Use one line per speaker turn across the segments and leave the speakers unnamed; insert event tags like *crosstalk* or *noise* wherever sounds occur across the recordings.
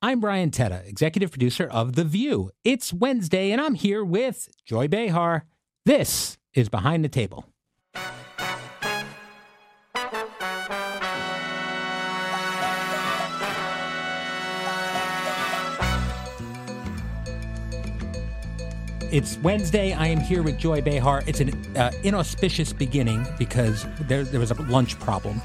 I'm Brian Tetta, executive producer of The View. It's Wednesday, and I'm here with Joy Behar. This is Behind the Table. It's Wednesday. I am here with Joy Behar. It's an uh, inauspicious beginning because there, there was a lunch problem.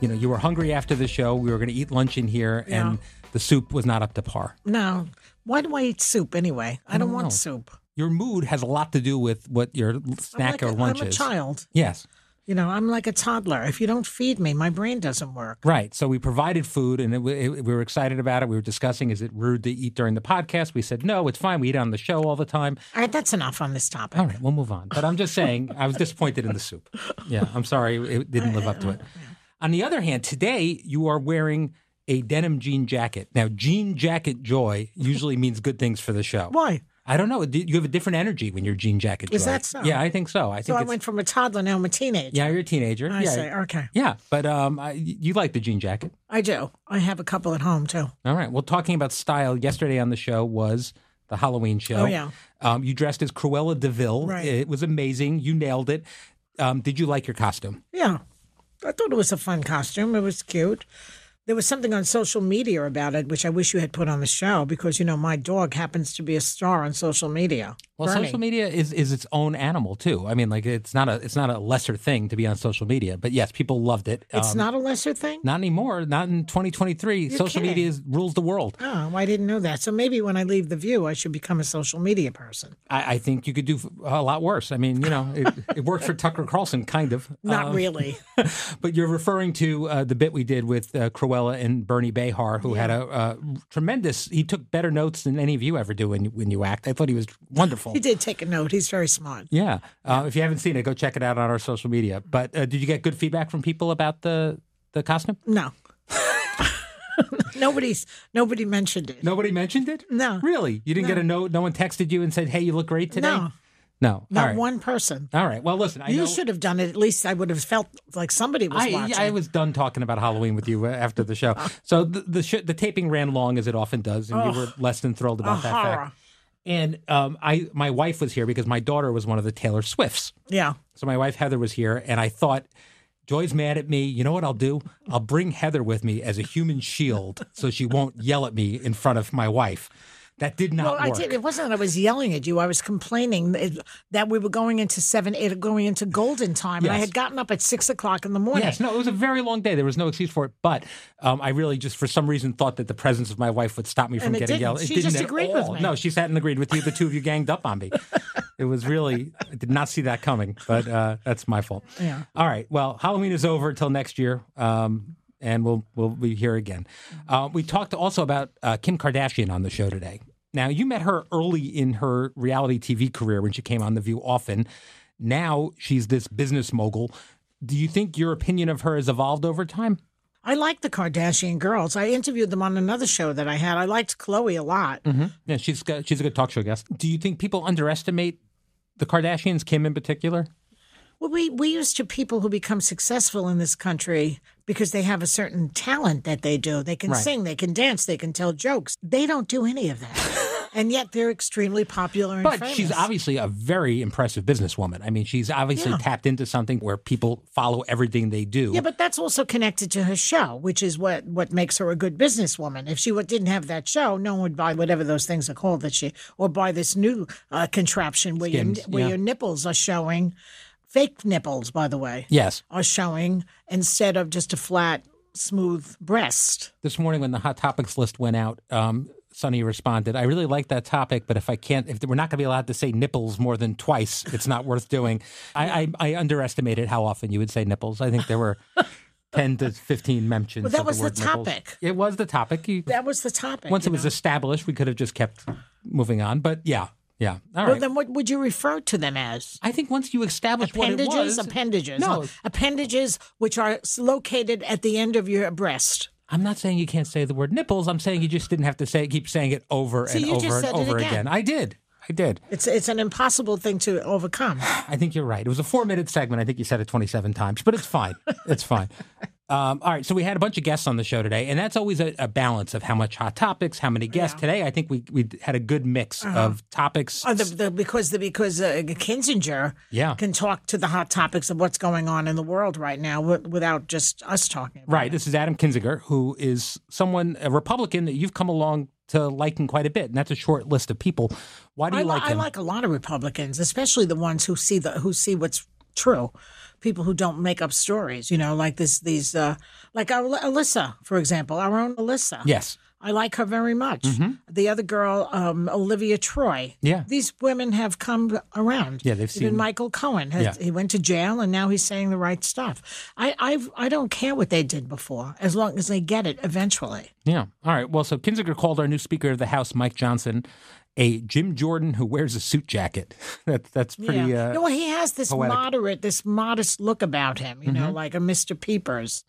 You know, you were hungry after the show. We were going to eat lunch in here, and the soup was not up to par.
No. Why do I eat soup anyway? I don't
don't know.
want soup.
Your mood has a lot to do with what your l- snack
I'm
or
like a,
lunch
I'm a
is.
child.
Yes,
You know, I'm like a toddler. If you don't feed me, my brain doesn't work.
right. So we provided food, and it, w- it, we were excited about it. We were discussing: is it rude to eat during the podcast? We said no, it's fine. We eat on the show all the time.
All right, that's enough on this topic.
All right, we'll move on. But I'm just saying, I was disappointed in the soup. Yeah, I'm sorry, it didn't live up to it. On the other hand, today you are wearing a denim jean jacket. Now, jean jacket joy usually means good things for the show.
Why?
I don't know. You have a different energy when you're jean jacket joy.
Is that so?
Yeah, I think so. I
So
think
I
it's,
went from a toddler, now I'm a teenager.
yeah, you're a teenager.
I
yeah,
say, okay.
yeah, but um, I, you like the jean jacket.
I do. I have a couple at home too.
All right. Well, talking about style, yesterday on the show was the Halloween show.
Oh, yeah.
Um, you dressed as Cruella Deville.
Right.
It was amazing. You nailed it. Um, did you like your costume?
Yeah. I thought it was a fun costume. It was cute. There was something on social media about it, which I wish you had put on the show because, you know, my dog happens to be a star on social media.
Well,
Bernie.
social media is, is its own animal too. I mean, like it's not a it's not a lesser thing to be on social media. But yes, people loved it. Uh,
It's not a lesser thing?
not anymore. Not in 2023. social
kidding.
media is, rules the world.
Oh, well, I didn't know that. So maybe when I leave the view, I should become a social media person.
I, I think you could do f- a lot worse. I mean, you know, it, it worked for Tucker Carlson, kind of.
*laughs* Not
Um, *laughs*
really.
But you're referring to uh, the bit we did with uh, Cruella and Bernie Behar, who had a uh, tremendous. He took better notes than any of you ever do when you, when you act. I thought he was wonderful.
He did take a note. He's very smart.
Yeah. Uh, if you haven't seen it, go check it out on our social media. But uh, did you get good feedback from people about the the costume?
No. *laughs* Nobody's nobody mentioned it.
Nobody mentioned it.
No.
Really, you didn't get a note. No one texted you and said, "Hey, you look great today."
No.
No.
Not
All right.
one person.
All right. Well, listen. I
You
know-
should have done it. At least I would have felt like somebody was
I,
watching.
I was done talking about Halloween with you uh, after the show.
Oh.
So the the, sh- the taping ran long as it often does, and you were less than thrilled about that
horror.
fact. And um, I my wife was here because my daughter was one of the Taylor Swifts.
Yeah.
So my wife Heather was here, and I thought. Joy's mad at me. You know what I'll do? I'll bring Heather with me as a human shield so she won't yell at me in front of my wife. That did not
Well, I
work.
did. It wasn't that I was yelling at you. I was complaining that- that we were going into seven, eight, going into golden time, and I
Yes.
had gotten up at six o'clock in the morning.
Yes, no, it was a very long day. There was no excuse for it. But um, I really just, for some reason, thought that the presence of my wife would stop me from
it
getting
didn't.
yelled. It
She
didn't
just
at
agreed with
all.
me.
No, she hadn't agreed with you. The two of you ganged up on me. it was really, I did not see that coming. But uh, that's my fault.
Yeah.
All right. Well, Halloween is over until next year. Um, and we'll we'll be here again. Uh, we talked also about uh, Kim Kardashian on the show today. Now you met her early in her reality TV career when she came on The View often. Now she's this business mogul. Do you think your opinion of her has evolved over time?
I like the Kardashian girls. I interviewed them on another show that I had. I liked Chloe a lot.
Yeah, she's got, she's a good talk show guest. Do you think people underestimate the Kardashians, Kim in particular?
Well, we, we used to people who become successful in this country because they have a certain talent that they do. They can
Right.
sing, they can dance, they can tell jokes. They don't do any
*laughs*
of that. and yet they're extremely popular and
But
famous.
she's obviously a very impressive businesswoman. I mean, she's obviously tapped into something where people follow everything they do.
yeah, but that's also connected to her show, which is what, what makes her a good businesswoman. If she wa- didn't have that show, no one would buy whatever those things are called that she, or buy this new uh, contraption where, your,
Skims,
where
yeah.
your nipples are showing, fake nipples, by the way,
yes.
are showing instead of just a flat, smooth breast.
this morning when the hot topics list went out, um, Sonny responded, "I really like that topic, but if I can't, if we're not going to be allowed to say nipples more than twice, it's not worth
*laughs*
doing." I, I, I underestimated how often you would say nipples. I think there
*laughs*
were ten to fifteen mentions.
that
of
was the
word nipples.
topic.
It was the topic. You-
That was the topic.
once
you
it was
know?
established, we could have just kept moving on. But yeah, yeah, all right.
well, then what would you refer to them as?
I think once you establish what it
Appendages,
was,
appendages.
No.
appendages which are s- located at the end of your breast.
I'm not saying you can't say the word nipples. I'm saying you just didn't have to say keep saying it over and
you just
over and
said it
over
again.
again. I did. I did.
It's it's an impossible thing to
*sighs*
overcome. *laughs*
I think you're right. It was a four minute segment. I think you said it 27 times, but it's fine. It's fine. Um, all right, so we had a bunch of guests on the show today, and that's always a, a balance of how much hot topics, how many guests. Today, I think we we had a good mix
Uh-huh.
of topics.
Oh, the, the, because the because uh, Kinzinger
Yeah.
can talk to the hot topics of what's going on in the world right now w- without just us talking. About
Right. This is Adam Kinzinger, who is someone, a Republican that you've come along to liking quite a bit, and that's a short list of people. Why do
I,
you
li-
like
I
him?
like a lot of Republicans, especially the ones who see the who see what's true. People who don't make up stories, you know, like this these uh, like our, Alyssa, for example, our own Alyssa.
yes.
I like her very much. The other girl, um, Olivia Troy.
Mm-hmm. Yeah.
These women have come around.
Yeah, they've
Even
seen-
Michael Cohen. Has,
Yeah.
He went to jail and now he's saying the right stuff. I I've, I don't care what they did before, as long as they get it eventually.
Yeah. All right. Well, so Kinzinger called our new Speaker of the House, Mike Johnson, a Jim Jordan who wears a suit jacket. *laughs* that, that's pretty.
yeah.
Uh,
No, well, he has this
poetic. Mm-hmm.
moderate, this modest look about him, you know, like a Mr. Peepers.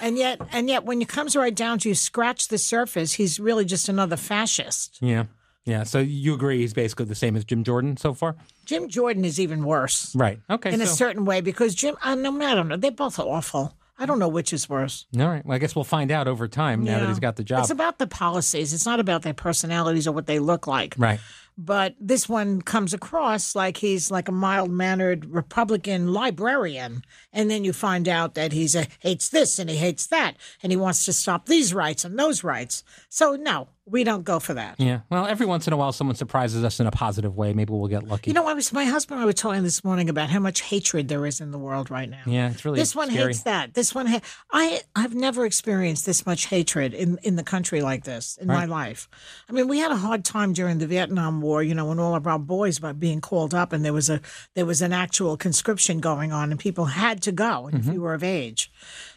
and yet, and yet, when it comes right down to you, scratch the surface, he's really just another fascist.
yeah. Yeah. So you agree he's basically the same as Jim Jordan so far?
Jim Jordan is even worse
Right. Okay.
in a
so-
certain way because Jim. I don't, I don't know. They're both awful. I don't know which is worse.
all right. Well, I guess we'll find out over time now that
Yeah.
he's got the job.
It's about the policies. It's not about their personalities or what they look like.
right.
But this one comes across like he's like a mild mannered Republican librarian. And then you find out that he's a hates this and he hates that and he wants to stop these rights and those rights. So no, we don't go for that.
Yeah. Well, every once in a while, someone surprises us in a positive way. Maybe we'll get lucky.
You know, I was my husband and I were talking this morning about how much hatred there is in the world right now.
yeah. It's really
This one
scary.
hates that. This one, ha- I I've never experienced this much hatred in in the country like this in my life. I mean, we had a hard time during the Vietnam War, you know, when all of our boys were being called up, and there was a there was an actual conscription going on, and people had to go
Mm-hmm.
if you were of age.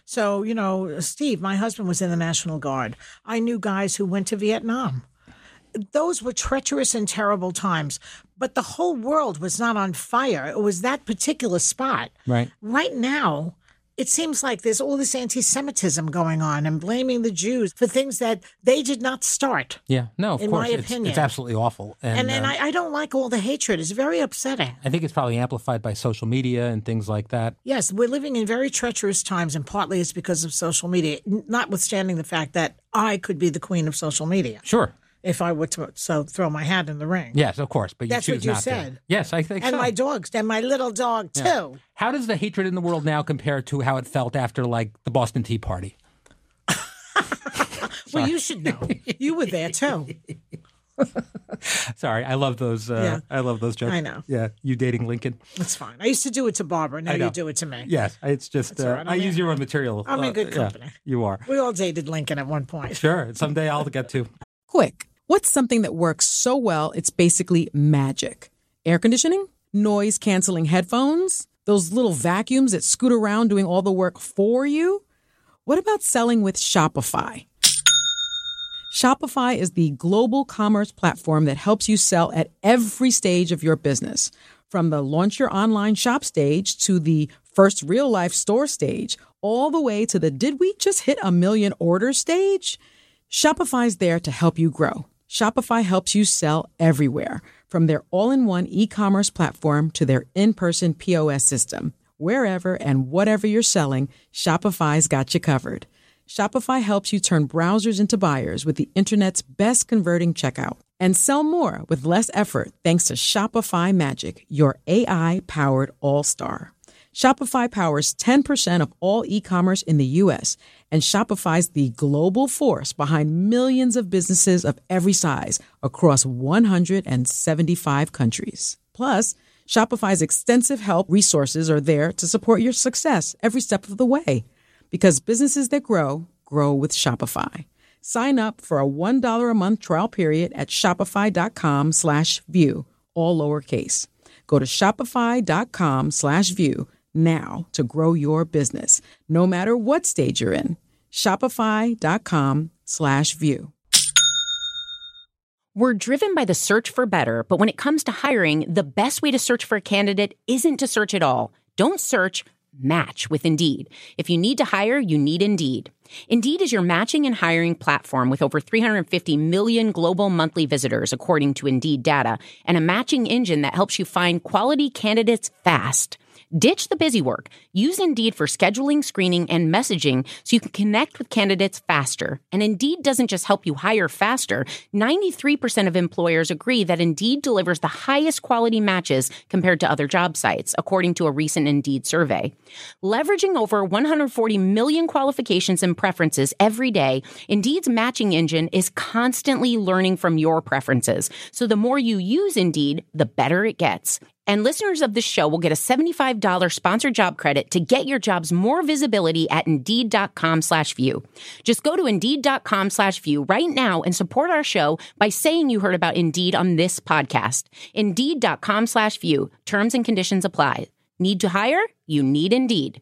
So you know, Steve, my husband was in the National Guard. I knew guys who went to Vietnam those were treacherous and terrible times. But the whole world was not on fire. It was that particular spot.
Right.
Right now, it seems like there's all this anti Semitism going on and blaming the Jews for things that they did not start.
Yeah, no, of
in
course.
my
it's, it's
opinion.
absolutely awful. And,
And, and
uh,
I, I don't like all the hatred. It's very upsetting.
I think it's probably amplified by social media and things like that.
Yes, we're living in very treacherous times, and partly it's because of social media, n- notwithstanding the fact that I could be the queen of social media
Sure.
if I were to so throw my hat in the ring.
Yes, of course. But you
That's what
choose
you
not to.
said.
Yes, I think
And
so.
my dogs, and my little dog, too.
how does the hatred in the world now compare to how it felt after, like, the Boston Tea Party?
Well, you should know. You were there too.
Sorry, I love those. Uh, I love those jokes.
I know.
Yeah, you dating Lincoln?
That's fine. I used to do it to Barbara. Now
know.
you do it to me.
Yes, it's just uh,
right,
I
I'm
use your own material.
I'm in
Uh,
good
yeah,
company.
you are
We all dated Lincoln at one point.
sure. Someday I'll get to.
Quick, what's something that works so well it's basically magic? Air conditioning? Noise canceling headphones? Those little vacuums that scoot around doing all the work for you? What about selling with Shopify? Shopify is the global commerce platform that helps you sell at every stage of your business, from the launch your online shop stage to the first real life store stage, all the way to the did we just hit a million order stage? Shopify's there to help you grow. Shopify helps you sell everywhere, from their all in one e commerce platform to their in person POS system. Wherever and whatever you're selling, Shopify's got you covered. Shopify helps you turn browsers into buyers with the internet's best converting checkout and sell more with less effort thanks to Shopify Magic, your AI powered all star. Shopify powers 10% of all e commerce in the US, and Shopify's the global force behind millions of businesses of every size across 175 countries. Plus, Shopify's extensive help resources are there to support your success every step of the way. Because businesses that grow, grow with Shopify. Sign up for a $1 a month trial period at shopify.com slash view, all lowercase. Go to shopify.com slash view now to grow your business, no matter what stage you're in. Shopify.com slash view.
We're driven by the search for better, but when it comes to hiring, the best way to search for a candidate isn't to search at all. Don't search, match with Indeed. If you need to hire, you need Indeed. Indeed is your matching and hiring platform with over 350 million global monthly visitors, according to Indeed data, and a matching engine that helps you find quality candidates fast. Ditch the busy work. Use Indeed for scheduling, screening, and messaging so you can connect with candidates faster. And Indeed doesn't just help you hire faster. 93% of employers agree that Indeed delivers the highest quality matches compared to other job sites, according to a recent Indeed survey. Leveraging over 140 million qualifications and preferences every day, Indeed's matching engine is constantly learning from your preferences. So the more you use Indeed, the better it gets. And listeners of this show will get a $75 sponsored job credit to get your jobs more visibility at Indeed.com slash view. Just go to Indeed.com slash view right now and support our show by saying you heard about Indeed on this podcast. Indeed.com slash view. Terms and conditions apply. Need to hire? You need Indeed.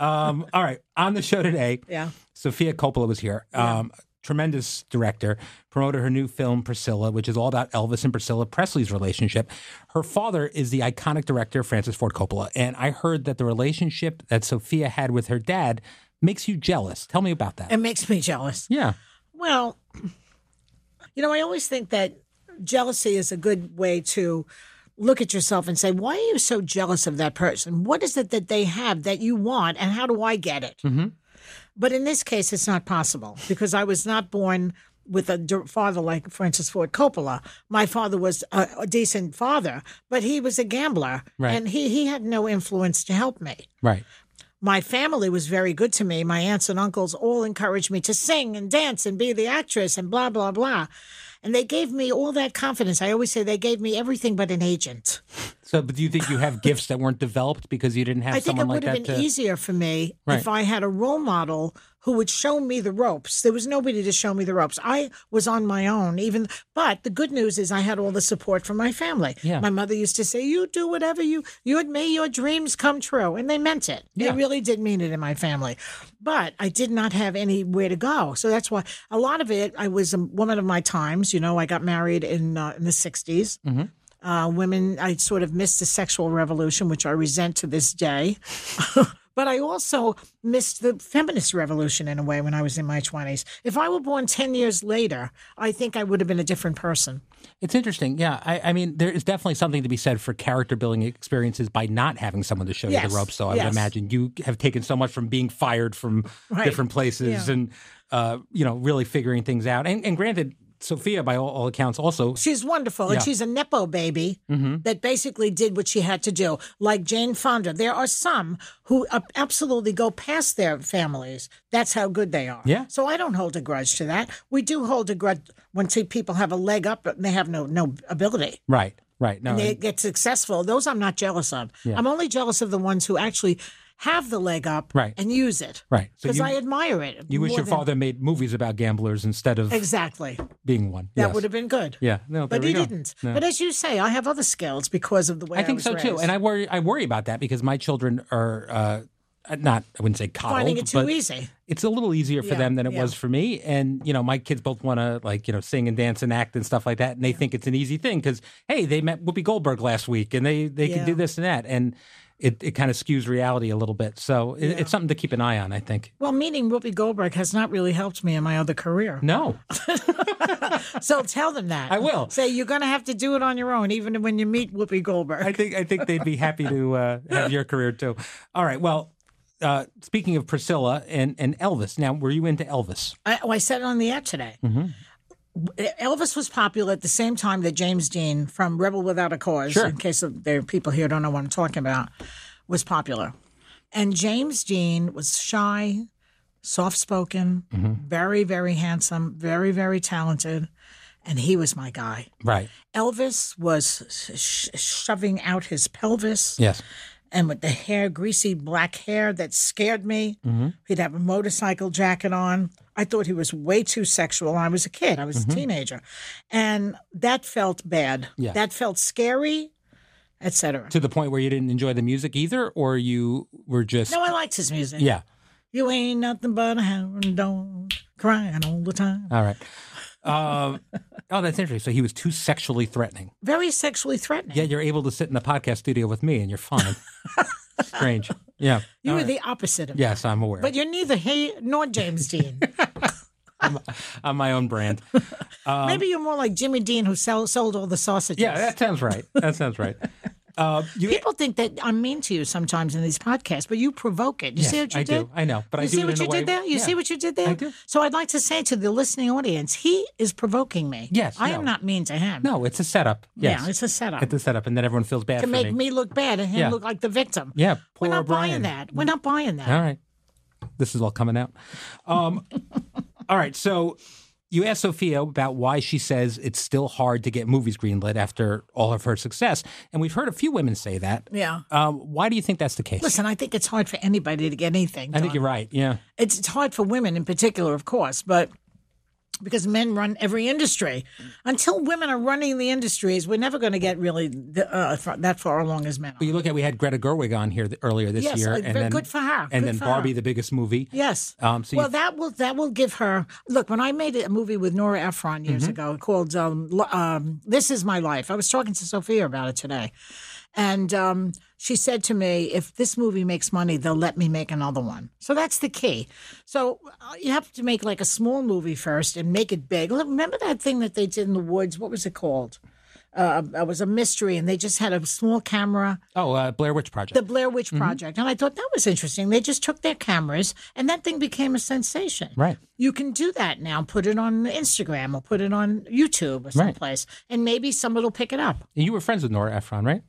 Um, all right, on the show today,
Yeah.
Sophia Coppola was here. Um, Tremendous director, promoted her new film Priscilla, which is all about Elvis and Priscilla Presley's relationship. Her father is the iconic director Francis Ford Coppola, and I heard that the relationship that Sophia had with her dad makes you jealous. Tell me about that.
It makes me jealous.
yeah,
Well, you know, I always think that jealousy is a good way to look at yourself and say, why are you so jealous of that person? What is it that they have that you want, and how do I get it? But in this case, it's not possible because I was not born with a dir- father like Francis Ford Coppola. My father was a, a decent father, but he was a gambler,
Right.
and he, he had no influence to help me
right.
my family was very good to me. My aunts and uncles all encouraged me to sing and dance and be the actress and blah, blah, blah. And they gave me all that confidence. I always say they gave me everything but an agent.
So, but do you think you have gifts that weren't developed because you didn't have
I think it
someone
would
like
have
that?
been
to-
easier for me
Right.
if I had a role model who would show me the ropes. There was nobody to show me the ropes. I was on my own, even. But the good news is I had all the support from my family.
Yeah.
My mother used to say, "You do whatever you you and me, your dreams come true," and they meant it.
Yeah.
They really did mean it in my family. But I did not have anywhere to go, so that's why a lot of it. I was a woman of my times. You know, I got married in uh, in the 60s uh, women. I sort of missed the sexual revolution, which I resent to this day. *laughs* but I also missed the feminist revolution in a way when I was in my 20s. If I were born 10 years later, I think I would have been a different person.
It's interesting. Yeah. I, I mean, there is definitely something to be said for character building experiences by not having someone to show you
Yes,
the ropes. So I would
yes.
imagine you have taken so much from being fired from
Right.
different places and, uh, you know, really figuring things out. And, and granted, Sophia, by all, all accounts, also.
She's wonderful, and
Yeah. Mm-hmm.
she's a Nepo baby that basically did what she had to do, like Jane Fonda. There are some who ab- absolutely go past their families. That's how good they are.
Yeah.
So I don't hold a grudge to that. We do hold a grudge when see people have a leg up and they have no no ability.
Right. Right. No.
they
and-
get successful. Those I'm not jealous of. I'm only jealous of the ones who actually have the leg up
Right.
and use it.
Right. So
Because
you-
I admire it.
you wish
more
your
than-
father made movies about gamblers instead of
Exactly.
being one.
That
Yes.
would have been good.
Yeah. No, there
But
we
he
go.
didn't.
No.
But as you say, I have other skills because of the way I,
I think
was
so too,
raised.
and I worry. I worry about that because my children are uh, not. I wouldn't say coddled,
finding it too
but
easy.
it's a little easier for
Yeah,
them than it
yeah.
was for me. And you know, my kids both want to like you know sing and dance and act and stuff like that, and they think it's an easy thing because hey, they met Whoopi Goldberg last week, and they they can do
Yeah.
this and that, and it, it kind of skews reality a little bit. So it, it's something to keep an eye on. I think.
Well, meeting Whoopi Goldberg has not really helped me in my
*laughs*
other career.
No,
So tell them that.
I will.
Say you're going to have to do it on your own, even when you meet Whoopi Goldberg.
I think I think they'd be happy to uh, have your career too. All right, well. Uh, speaking of Priscilla and, and Elvis, now were you into Elvis?
I, oh, I said it on the air today. Elvis was popular at the same time that James Dean from Rebel Without a Cause,
Sure.
in case of, there are people here who don't know what I'm talking about, was popular. And James Dean was shy, soft spoken, very, very handsome, very, very talented. And he was my guy.
Right.
Elvis was sh- shoving out his pelvis
Yes.
and with the hair, greasy black hair that scared me.
Mm-hmm.
He'd have a motorcycle jacket on. I thought he was way too sexual. I was a kid, I
Mm-hmm.
was a teenager. And that felt bad.
Yeah.
That felt scary. et cetera.
to the point where you didn't enjoy the music either, or you were just
No, I liked his music.
yeah.
You ain't nothing but a hound dog crying all the time.
All right. Um, *laughs* oh, that's interesting. So he was too sexually threatening.
Very sexually threatening.
Yet you're able to sit in the podcast studio with me, and you're
*laughs*
fine. Strange. Yeah.
you
All
were
right.
the opposite of
Yes, I'm aware.
that. But you're neither he nor
*laughs*
James Dean.
I'm my own
*laughs*
brand.
Maybe you're more like Jimmy Dean who sell, sold all the sausages.
Um, Yeah, that sounds right. That sounds right. Uh, you,
People think that I'm mean to you sometimes in these podcasts, but you provoke it. You
Yes,
see what you
I
did?
do. I know, but
you
I do
see
it
what
in a
you
way-
did there. You
yeah.
see what you did there.
I do.
So I'd like to say to the listening audience, he is provoking me.
Yes,
I
no.
am not mean to him.
no, it's a setup. Yes.
yeah, it's a setup
It's a setup, and then everyone feels bad
to
for
make
me.
me. look bad and him
Yeah.
look like the victim.
Yeah, poor
we're not
O'Brien.
buying that. We're not buying that.
All right. This is all coming out.
*laughs*
Um, all right. So you asked Sophia about why she says it's still hard to get movies greenlit after all of her success. And we've heard a few women say that.
Yeah.
Um, why do you think that's the case?
Listen, I think it's hard for anybody to get anything.
I think you're right. Yeah.
it's, it's hard for women in particular, of course, but because men run every industry. Until women are running the industries, we're never going to get really the, uh, far, that far along as men. Are.
But you look at, we had Greta Gerwig on here th- earlier this
Yes,
year.
uh,
and
very
then,
good for her.
And
Good
then
for
Barbie,
her.
the biggest movie.
Yes.
Um, so you-
well, that will that will give her. Look, when I made a movie with Nora Ephron years
Mm-hmm.
ago called um, L- um, "This Is My Life," I was talking to Sophia about it today, and um, she said to me, "If this movie makes money, they'll let me make another one." So that's the key. So uh, you have to make like a small movie first and make it big. Look, Remember that thing that they did in the woods? What was it called? Uh, it was a mystery, and they just had a small camera.
Oh, uh, Blair Witch Project.
The Blair Witch
Mm-hmm.
Project. And I thought that was interesting. They just took their cameras and that thing became a sensation.
Right.
You can do that now, put it on Instagram or put it on YouTube or someplace, and maybe somebody will pick it up.
And you were friends with Nora Ephron, right?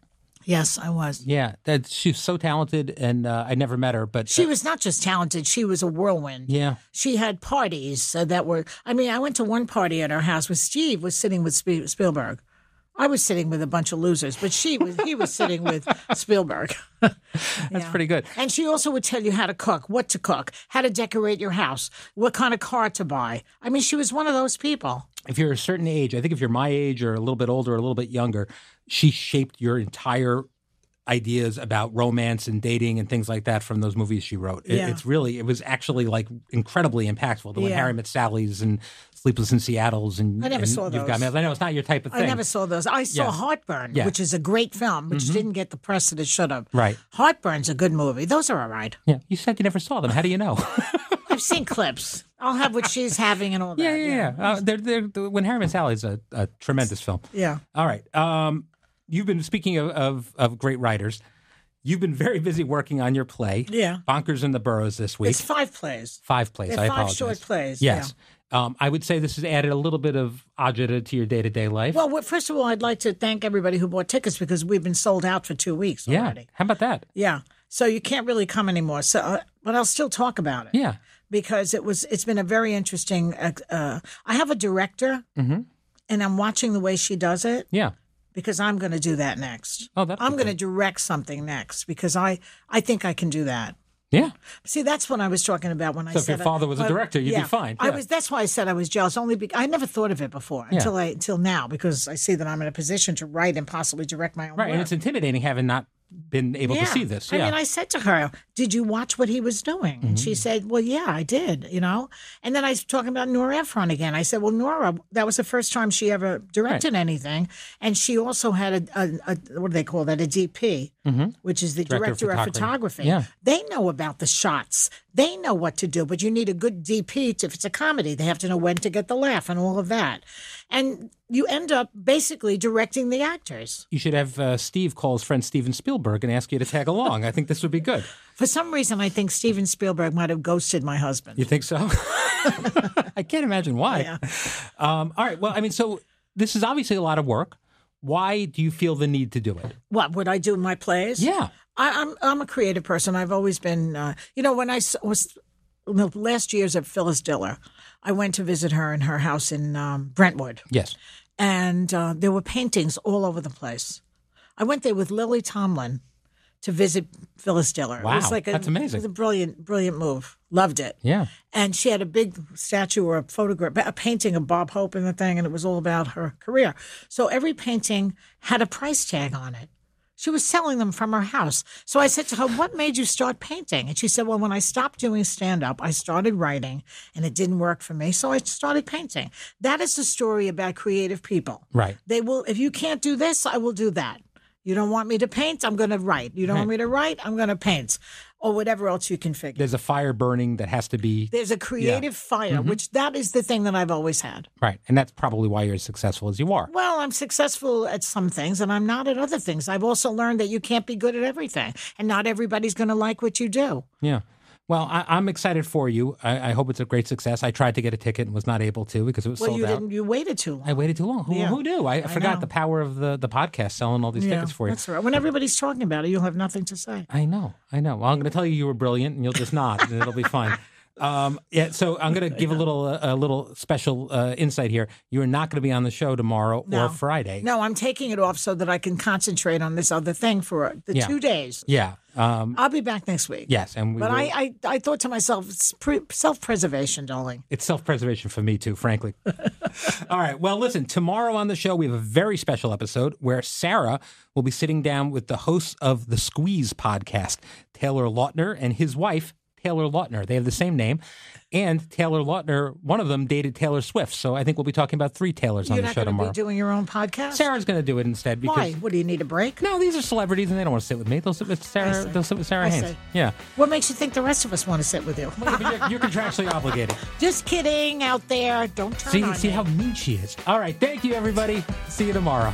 Yes, I was.
Yeah. That, she's so talented, and uh, I never met her, but
She was not just talented, she was a whirlwind.
yeah.
She had parties uh, that were, I mean, I went to one party at her house where Steve was sitting with Sp- Spielberg. I was sitting with a bunch of losers, but she was, he was
*laughs*
sitting with Spielberg.
That's pretty good.
And she also would tell you how to cook, what to cook, how to decorate your house, what kind of car to buy. I mean, she was one of those people.
if you're a certain age, I think if you're my age or a little bit older, or a little bit younger, she shaped your entire ideas about romance and dating and things like that from those movies she wrote. It,
Yeah.
It's really, it was actually like incredibly impactful. The When
Yeah.
Harry Met Sally's and Sleepless in Seattle's and
I never
and
saw
You've Got
those.
Mail. I know it's not your type of thing.
I never saw those. I saw
Yeah.
Heartburn,
Yeah.
which is a great film, which didn't get the press that it should have.
Mm-hmm. Right.
Heartburn's a good movie. Those are all right.
Yeah, you said you never saw them. How do you
*laughs*
know?
I've seen clips. I'll have what she's having and all that.
yeah, *laughs* yeah, yeah. Uh, they're, they're, when Harry Met Sally's a, a tremendous film.
Yeah.
All right. Um, you've been speaking of, of of great writers. You've been very busy working on your play,
Yeah.
Bonkers in the Burrows this week.
It's five plays.
Five plays.
They're
I
five
apologize.
short plays,
Yes. Um, I would say this has added a little bit of agita to your day to day life.
Well, well, first of all, I'd like to thank everybody who bought tickets because we've been sold out for two weeks
yeah.
already.
How about that?
Yeah. So you can't really come anymore. So, uh, but I'll still talk about it.
Yeah.
because it was it's been a very interesting uh, uh, i have a director
Mm-hmm.
and i'm watching the way she does it
Yeah.
because i'm going to do that next
Oh, that'd be
i'm going to
great.
direct something next because i i think i can do that
Yeah.
see that's what i was talking about when i
So
said
if your
I-
father was a
I-
director, you'd be
yeah.
fine.
i
Yeah.
was that's why i said i was jealous only be, i never thought of it before until i until now because i see that i'm in a position to write and possibly direct my own
Right.
work.
And it's intimidating having not been able to see this. Yeah. Mm-hmm.
I mean, I said to her, "Did you watch what he was doing?" And she said, "Well, yeah, I did." You know. And then I was talking about Nora Ephron again. I said, "Well, Nora, that was the first time she ever directed anything, and she also had a, a, a what do they call that? A DP, which is the
Mm-hmm. Director
director,
of
of
photography.
photography.
Yeah.
They know about the shots. They know what to do, but you need a good DP. To, if it's a comedy, they have to know when to get the laugh and all of that. And you end up basically directing the actors.
you should have uh, Steve call his friend Steven Spielberg and ask you to tag along. I think this would be good.
For some reason, I think Steven Spielberg might have ghosted my husband.
You think so? *laughs* I can't imagine why. Um, all right. Well, I mean, so this is obviously a lot of work. Why do you feel the need to do it?
What would I do in my plays?
Yeah.
I, I'm I'm a creative person. I've always been, uh, you know, when I s- was in the last years at Phyllis Diller, I went to visit her in her house in um, Brentwood,
Yes.
and uh, there were paintings all over the place. I went there with Lily Tomlin to visit Phyllis Diller. it
Wow,
was like a,
that's amazing.
It was a brilliant, brilliant move. Loved it.
Yeah.
and she had a big statue or a photograph, a painting of Bob Hope in the thing, and it was all about her career. So every painting had a price tag on it. She was selling them from her house. So I said to her, What made you start painting? And she said, Well, when I stopped doing stand up, I started writing and it didn't work for me. So I started painting. That is the story about creative people.
Right.
They will, if you can't do this, I will do that. You don't want me to paint? I'm going to write. You don't want me to write? I'm going to paint. Or whatever else you can figure.
There's a fire burning that has to be
There's a creative fire,
Mm-hmm.
which that is the thing that I've always had.
right, and that's probably why you're as successful as you are.
Well, I'm successful at some things and I'm not at other things. I've also learned that you can't be good at everything and not everybody's going to like what you do.
Yeah. Well, I, I'm excited for you. I, I hope it's a great success. I tried to get a ticket and was not able to because it was
Well,
sold
you
out.
didn't, you waited too long.
I waited too long. Who,
Yeah.
who knew? I, forgot the power of the, the podcast selling all these tickets for you.
That's all right. When everybody's talking about it, you'll have nothing to say.
I know, I know. Well, I'm going to tell you you were brilliant, and you'll just nod, and it'll be
*laughs*
fine. Um, yeah, so I'm going to give a little uh, a little special uh, insight here. You are not going to be on the show tomorrow or Friday.
No, I'm taking it off so that I can concentrate on this other thing for the
Yeah.
two days.
Yeah. Um,
I'll be back next week.
yes, and we
But
will-
I, I, I thought to myself, it's pre- self-preservation, darling.
It's self preservation for me, too, frankly. *laughs* All right. Well, listen, tomorrow on the show, we have a very special episode where Sarah will be sitting down with the hosts of the Squeeze podcast, Taylor Lautner and his wife, Taylor Lautner. They have the same name. And Taylor Lautner, one of them dated Taylor Swift. So I think we'll be talking about three Taylors
You're
on the
not
show
going to
tomorrow.
be doing your own podcast?
Sarah's going to do it instead because.
Why? What, do you need a break?
No, these are celebrities and they don't want to sit with me. They'll sit with Sarah. They'll sit with Sarah
I
Haynes.
see.
Yeah.
What makes you think the rest of us want to sit with you?
You're you're contractually obligated.
Just kidding out there. Don't turn
See,
on
see
me.
how mean she is. All right. Thank you, everybody. See you tomorrow.